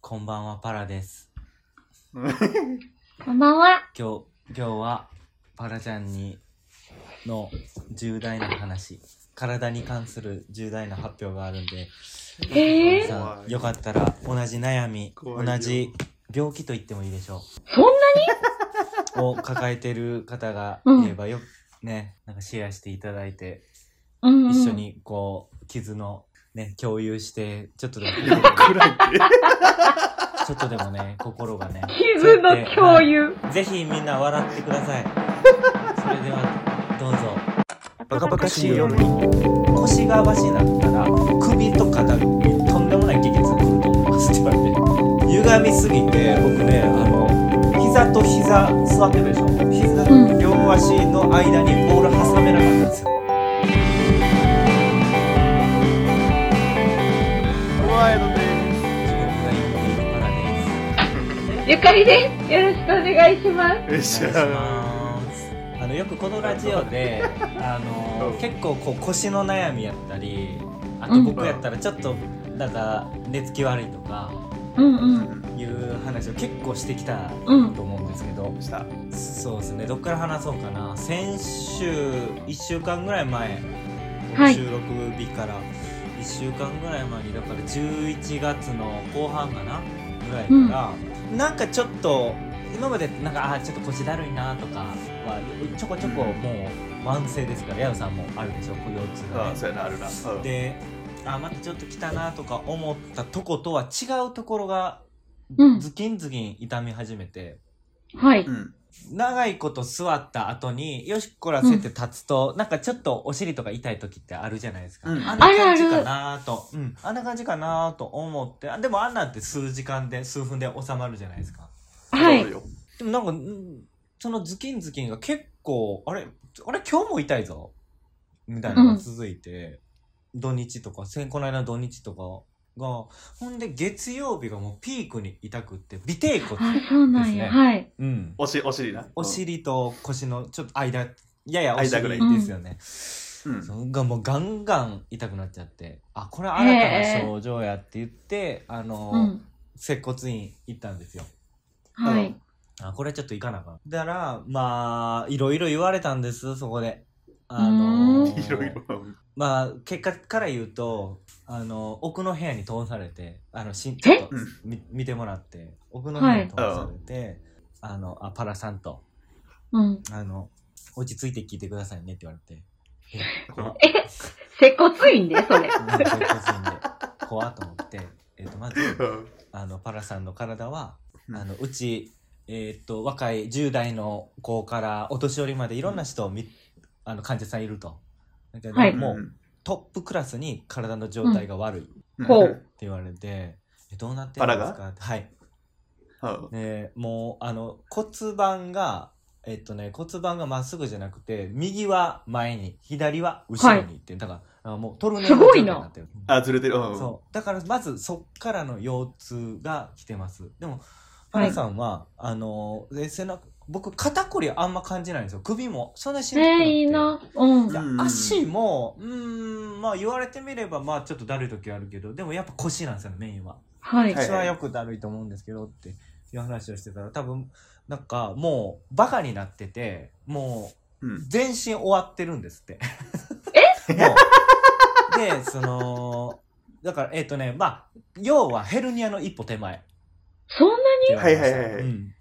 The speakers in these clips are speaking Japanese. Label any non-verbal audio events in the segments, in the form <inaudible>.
こんばんは、パラです。こんばんは。今日、今日は、パラちゃんに、の重大な話、体に関する重大な発表があるんで、えーさ怖んいよかったら、同じ悩み、怖同いよじ病気と言ってもいいでしょそん <laughs> なう、を抱えてる方がいればよ、ね、なんかシェアしていただいて、うん、うん。一緒。にこう、傷の、ね、共有して、ちょっとでも、暗いって。ちょっとでもね、心がね、傷の共有。ぜひみんな笑ってください。それではどうぞ。バカバカしいよ。腰がわしなったら首と肩にとんでもない激痛が来ると思いますって言われて。歪みすぎて僕ねあの膝と膝座ってるでしょ。膝うと両足の間にボール挟めなかったんですよ。怖いのね。地獄が呼んでいるからです。ゆかりです。よろしくお願いします。よっお願しいしゃますあのよくこのラジオであのうん結構こう腰の悩みやったりあうとん僕やったらちょっとなんか寝つき悪いとかうんー。うん。いう話を結構してきたうんと思うんですけどした。そうですねどっから話そうかな先週1週間ぐらい前はい収録日から1週間ぐらい前にだから11月の後半かなぐらいから、なんかちょっと今までなんかあーちょっと腰だるいなとかはちょこちょこもう慢性ですから、ヤウさんもあるでしょこう腰痛が、あねあ、そうやな、あるな。うん。であまたちょっと来たなとか思ったとことは違うところがうんズキンズキン痛み始めて、はいうん。長いこと座った後によしこらせて立つと、なんかちょっとお尻とか痛い時ってあるじゃないですか、うんあんな感じかなとうん、あんな感じかなと思ってあでもあんなんって数時間で数分で収まるじゃないですかはそうい。よでもなんかうんそのズキンズキンが結構あれあれ今日も痛いぞみたいなのが続いて、土日とか先この間の土日とかがほんで月曜日がもうピークに痛くって尾てい骨あ、そうなんや。はい。うんおし、お尻な。お尻と腰のちょっと間ややお尻間ぐらいですよね、うん。そのがもうガンガン痛くなっちゃってあこれは新たな症状やって言って、あの、うん。接骨院行ったんですよはい。あこれちょっと行かなあかんだからまあいろいろ言われたんですそこであのういろいろ。まあ結果から言うとあの奥の部屋に通されてあのしちょえっとうんみ見てもらって奥の部屋に通されて、あのあパラさんとうん。あの、落ち着いて聞いてくださいねって言われて。え、怖っ。え、接骨院で、それ。うんそういうことで怖っと思って。えっ、と、まず、うんあの、パラさんの体は、うんあの、うち、えっ、と、若い10代の子からお年寄りまでいろんな人を見、あの、患者さんいると。だけど、はいもう、トップクラスに体の状態が悪いってうん。ほううん言われて、えどうなってるんですパかはい。うんね、もうあの骨盤がえっとね骨盤がまっすぐじゃなくて右は前に左は後ろにって、だからあもうトルネードすごい状な態になってるあ、ずれてる。うん。そうだからまずそっからの腰痛が来てますでもパラさんは、あので背中僕肩こりあんま感じないんですよ首もそんなにしんどくなくえ、ていいな。うん。でうん足もうーんまあ言われてみればまあちょっとだるい時あるけどでもやっぱ腰なんですよねメインははい。はい私はよくだるいと思うんですけどっていう話をしてたら多分なんかもうバカになっててもう。うん全身終わってるんですって。えもうでそのだからえっ、とねまあ要はヘルニアの一歩手前ってそんな言われましたはいはいはいはいうん、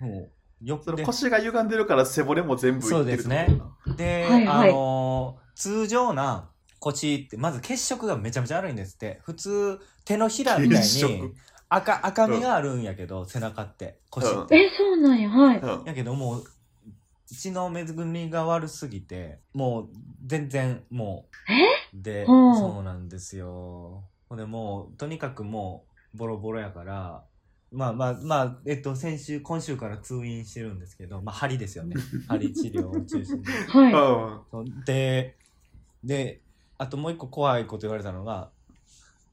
もうよっその腰が歪んでるから背骨も全部いってるってことなそうですね。で、はいはいあのー通常な腰ってまず血色がめちゃめちゃ悪いんですって普通手のひらみたい血に色赤赤みがあるんやけど、背中って腰っにて、え、そうなんや。はい。うんやけどもう血の巡りが悪すぎてもう全然もうでうんそうなんですよほんでもうとにかくもうボロボロやからまあまあまあえっと先週今週から通院してるんですけどまあ針ですよね針治療を中心にはうん。そうでであともう一個怖いこと言われたのが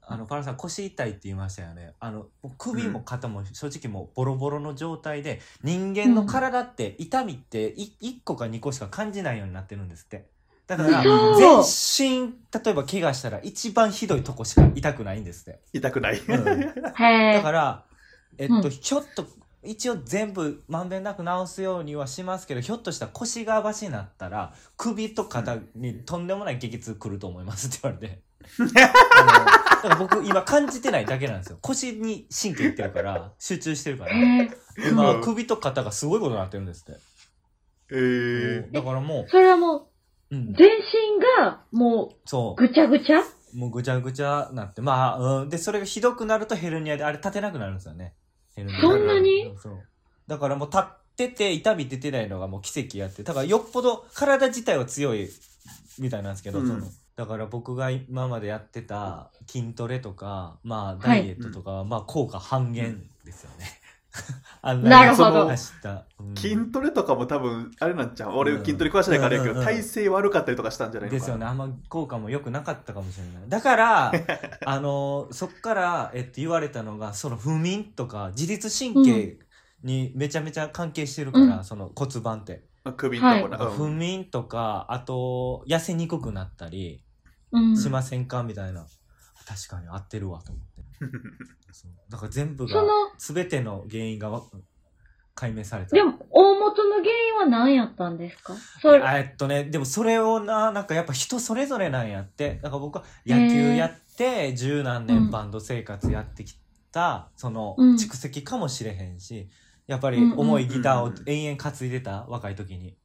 あのパラさん腰痛いって言いましたよねあのもう首も肩も正直もうボロボロの状態で人間の体って痛みってい1個か2個しか感じないようになってるんですってだから嘘全身例え <laughs> ば怪我したら一番ひどいとこしか痛くないんですって、痛くない。うんい。へだえか。らえっと、うんひょっと一応全部まんべんなく直すようにはしますけどひょっとしたら腰がばしになったら首と肩にとんでもない激痛くると思いますって言われてあのだから僕今感じてないだけなんですよ腰に神経いってるから集中してるからえー、今首と肩がすごいことになってるんですって、えー、だからもそれはもう、うんう、全身がもそううぐちゃぐちゃもうぐちゃぐちゃなって、まあ、うん、で、それがひどくなるとヘルニアで、あれ立てなくなるんですよね。ヘルニアそんなにそう。だからもう立ってて痛み出てないのがもう奇跡やって、だからよっぽど体自体は強いみたいなんですけど、うんそのだから僕が今までやってた筋トレとか、まあダイエットとかは、まあ効果半減ですよね。 <laughs> あんなるほどその走った。うん筋トレとかも多分、あれなんちゃう俺うん筋トレ詳しないからあれやけうんうど、んうん体勢悪かったりとかしたんじゃないのでかすよな。ねあんま効果も良くなかったかもしれないだから <laughs> あのそっから、えっと、言われたのがその不眠とか自律神経にめちゃめちゃ関係してるから、うその骨盤って、首のとこだな。からう不ん眠とかあと痩せにくくなったりうん。しませんかみたいな確かに合ってるわと思っ <laughs> てそうだから全部がその全ての原因がわ解明されたでも、大元の原因は何やったんですかそれ、あえっとねでもそれをななんかやっぱ人それぞれなんやってだから僕は野球やって十何年バンド生活やってきた、そのうん蓄積かもしれへんしやっぱりうんうん重いギターうをんうん延々担いでた若い時に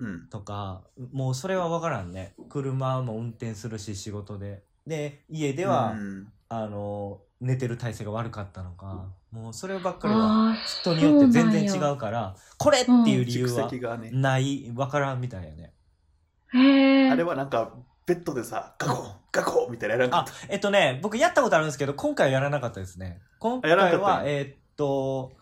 うん。とかもうそれは分からんね車も運転するし仕事でで家では、うんあの寝てる体勢が悪かったのかもうそればっかりはあ人によって全然違うからこれっていう理由蓄は積がね。ない分からんみたいやね。ーへあえれ。はなんか、ベッドでさ、ガコン、ガコンみたいなやらんかあった。、えっとね、僕やったことあるんですけど、今回はやらなかったですね。今回あやらなかはっ、たんえーっと、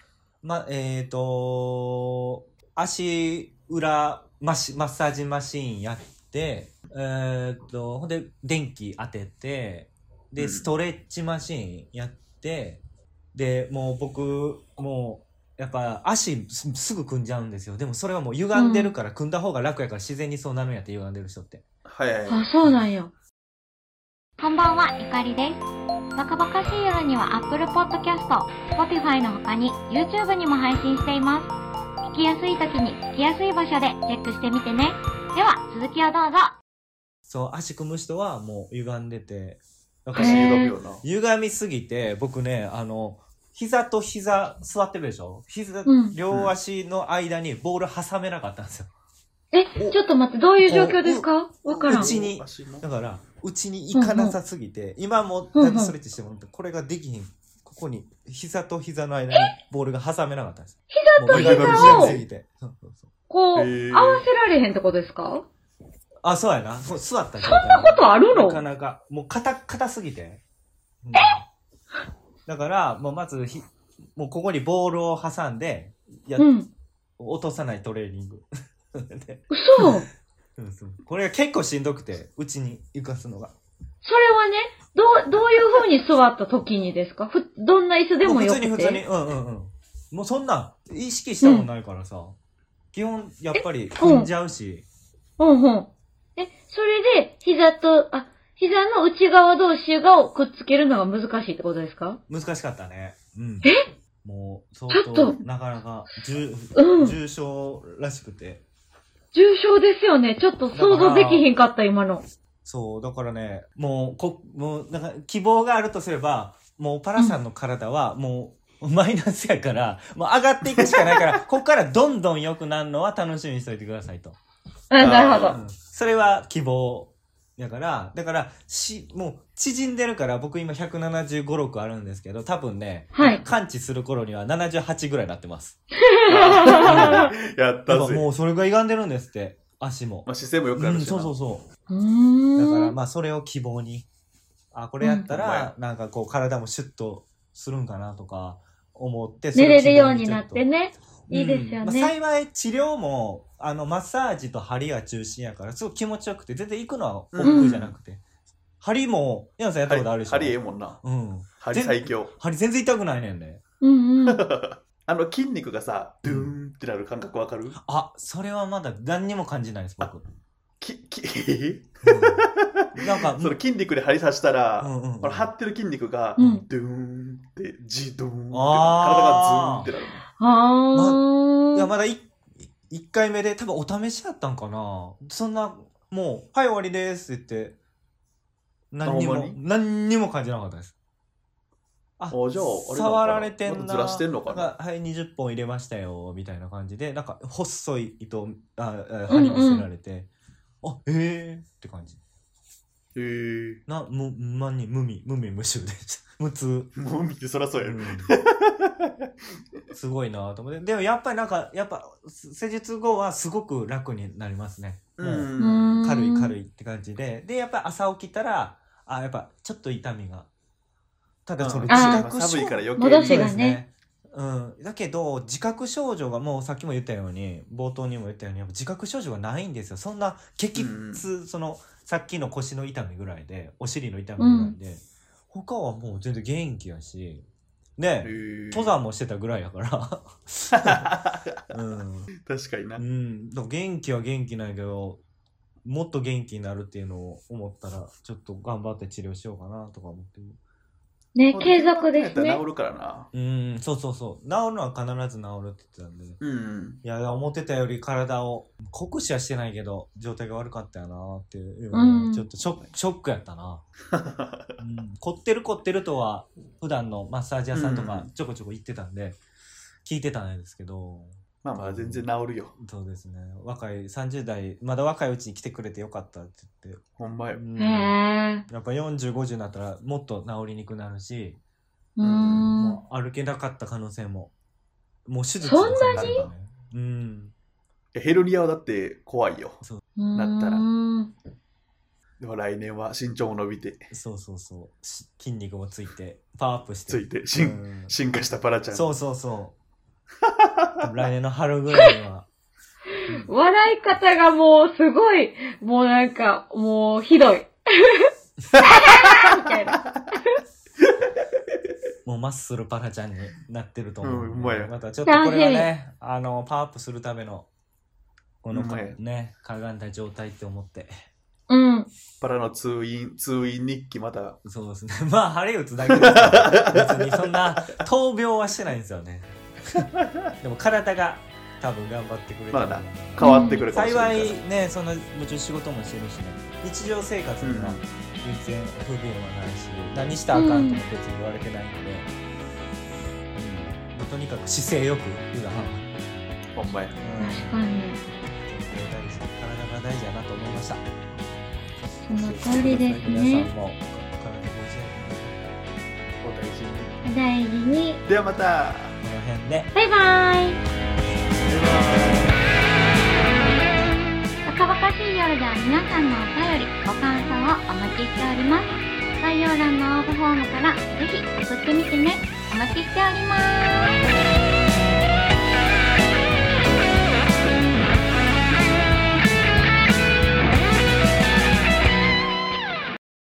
ま、えーっと、足裏マシマッサージマシーンやって、えーっと、ほんで、電気当てて、うで、んストレッチマシーンやって、で、もう僕、もう、やっぱ足すすぐ組んじゃうんですよ。でもそれはもう歪んでるから、組んだ方が楽やから自然にそうなるんやって歪んでる人って。はいはいはい。あ、そうなんや。こんばんは、ゆかりです。バカバカしい夜には Apple Podcast、Spotify の他に YouTube にも配信しています。聞きやすい時に聞きやすい場所でチェックしてみてね。では、続きをどうぞ。そう、足組む人はもう歪んでて、だから足へー歪むよな。歪みすぎて、僕ね、あの、膝と膝座ってるでしょ膝、うん両足の間にボール挟めなかったんですよ。え、おちょっと待って、どういう状況ですかおわからんう。ちに足のだから、うちに行かなさすぎて、今もだいぶストレッチしてもらって、これができひん。ここに、膝と膝の間にボールが挟めなかったんです。膝と膝をすぎて。そうそうそうこう、へー合わせられへんってことですかあ、そうやな。そう座ったそんそんなことあるのなかなか、もう硬、硬すぎて。うんだから、もうまずひ、もうここにボールを挟んで、やっうん。落とさないトレーニング。 <laughs> で嘘。うんそうこれが結構しんどくて、うちに行かすのが。それはね、どう、どういう風に座った時にですかふ、どんな椅子でもよ普通くて。に普通に、うんうんうん。もうそんな、意識したもんないからさ、基本やっぱり踏んじゃうし、うんうん。え、それで、膝と、あ、膝の内側同士がをくっつけるのが難しいってことですか難しかったね。うん。もう相ちょ当っとなかなか重うん重症らしくて。重症ですよね。ちょっと想像できひんかった、今の。そう、だからね、もう、こ、もう、なんか、希望があるとすれば、もう、パラさんの体は、もう、マイナスやから、もう上がっていくしかない <laughs> から、ここからどんどん良くなるのは楽しみにしといてくださいと。あ、なるほうど。んそれは希望。だから、だから、し、もう、縮んでるから、僕今175、6あるんですけど、多分ね、はい完治する頃には78ぐらいになってます。だ <laughs> やったからぜ。もう、それが歪んでるんですって、足もまあ。姿勢もよくなうるん、しな。そうそうそう。うだからーん。まあそれを希望にあこれやったらなんかこう体もシュッとするんかなとか思って寝れるようになっねてね。いいですよねまあ、幸い治療もあのマッサージと針が中心やからすごい気持ちよくて全然行くのは億劫じゃなくて、針も矢野さんやったことあるでしょ針ええもんな。うん針最強。針全然痛くないねんねうんうん。あの筋肉がさ、ドゥーンってなる感覚わかる <laughs> あそれはまだ何にも感じないです僕き、き、うんなんか、その筋肉で針刺したら、うんうんうんこの張ってる筋肉が、うんドゥーンって、ジドゥーンって、体あーがズーンってあいや、ー。まだい一回目で、多分お試しやったんかな。そんな、もう、はい、終わりですって言って、何にあほもんま、に何にも感じなかったです。ああじゃああれなのかな触られてんな。まだずらしてんのかなんはい、20本入れましたよ、みたいな感じで、なんか、細い糸、あ、あうんう針んにせられて、あ、えーって感じ。なる。へえな、む、まに、無味、無味無臭でした。 <laughs> 無痛。ー。もう見てそらそうやうる。んすごいなと思ってでもやっぱりなんかやっぱす施術後はすごく楽になりますね、もううん軽い軽い。いって感じででやっぱり朝起きたらあやっぱちょっと痛みがただそれうん自覚症寒いから余計戻しそてうがですねね、うん、だけど自覚症状がもうさっきも言ったように冒頭にも言ったようにやっぱ自覚症状がないんですよそんな激痛、そのさっきの腰の痛みぐらいでお尻の痛みぐらいで、他はもう全然元気やしで、登山も。もしてたぐらいやから <laughs> うん、 <laughs> 確かにな。うん、だから元気は元気ないけどもっと元気になるっていうのを思ったらちょっと頑張って治療しようかなとか思ってるね、継続ですやったらね治。るからな。うんそうそうそう治るのは必ず治るって言ってたんでいうん。 <laughs> や思ってたより体を酷使はしてないけど状態が悪かったよなっていう、うんちょっとショックショックやったな、うん、凝ってる凝ってるとは普段のマッサージ屋さんとかうんちょこちょこ行ってたんで、聞いてたんですけどまあまあ、全然治るよ。そうですね若い30代まだ若いうちに来てくれてよかったって言って、ほんまよう。んへえ。やっぱ4050になったらもっと治りにくくなるし、うーん。もう歩けなかった可能性ももう手術そんなににるからねうんヘルニアはだって怖いよ。なったらうーんでも来年は身長も伸びて、そうそうそうし筋肉もついてパワーアップしてついて、進うん進化したパラちゃん。そうそうそう <laughs> 来年の春ぐらいには笑い方がもうすごい、もうなんか、もうひどい。 <laughs> みたいな。もうマッスルパラちゃんになってると思う、うんほんまやまたちょっとこれはね、あの、パワーアップするための、このほんまやね、かがんだ状態って思って。うん。パラの通院、通院日記また。そうですね。 <laughs> まあ、晴れ打つだけですから別にそんな、闘病はしてないんですよ <laughs> ね。でも体が多分頑張ってくれてる、まあな変わってくるかもしれな幸いから。いね、そんな、もちろん仕事もしてるしね、日常生活にはうん全然不便はないし、何したらあかんとも別に言われてないので、うんもうとにかく姿勢よく普段、ほんまや。確かに。体が大事だなと思いました。その通りです皆ねさ。んも体ご自愛お大事にお大事に。ではまた。くださいこの辺で。バイバーイ。バカバカしい夜では皆さんのお便り、ご感想をお待ちしております。概要欄の応募フォームからぜひ送ってみてね。お待ちしております。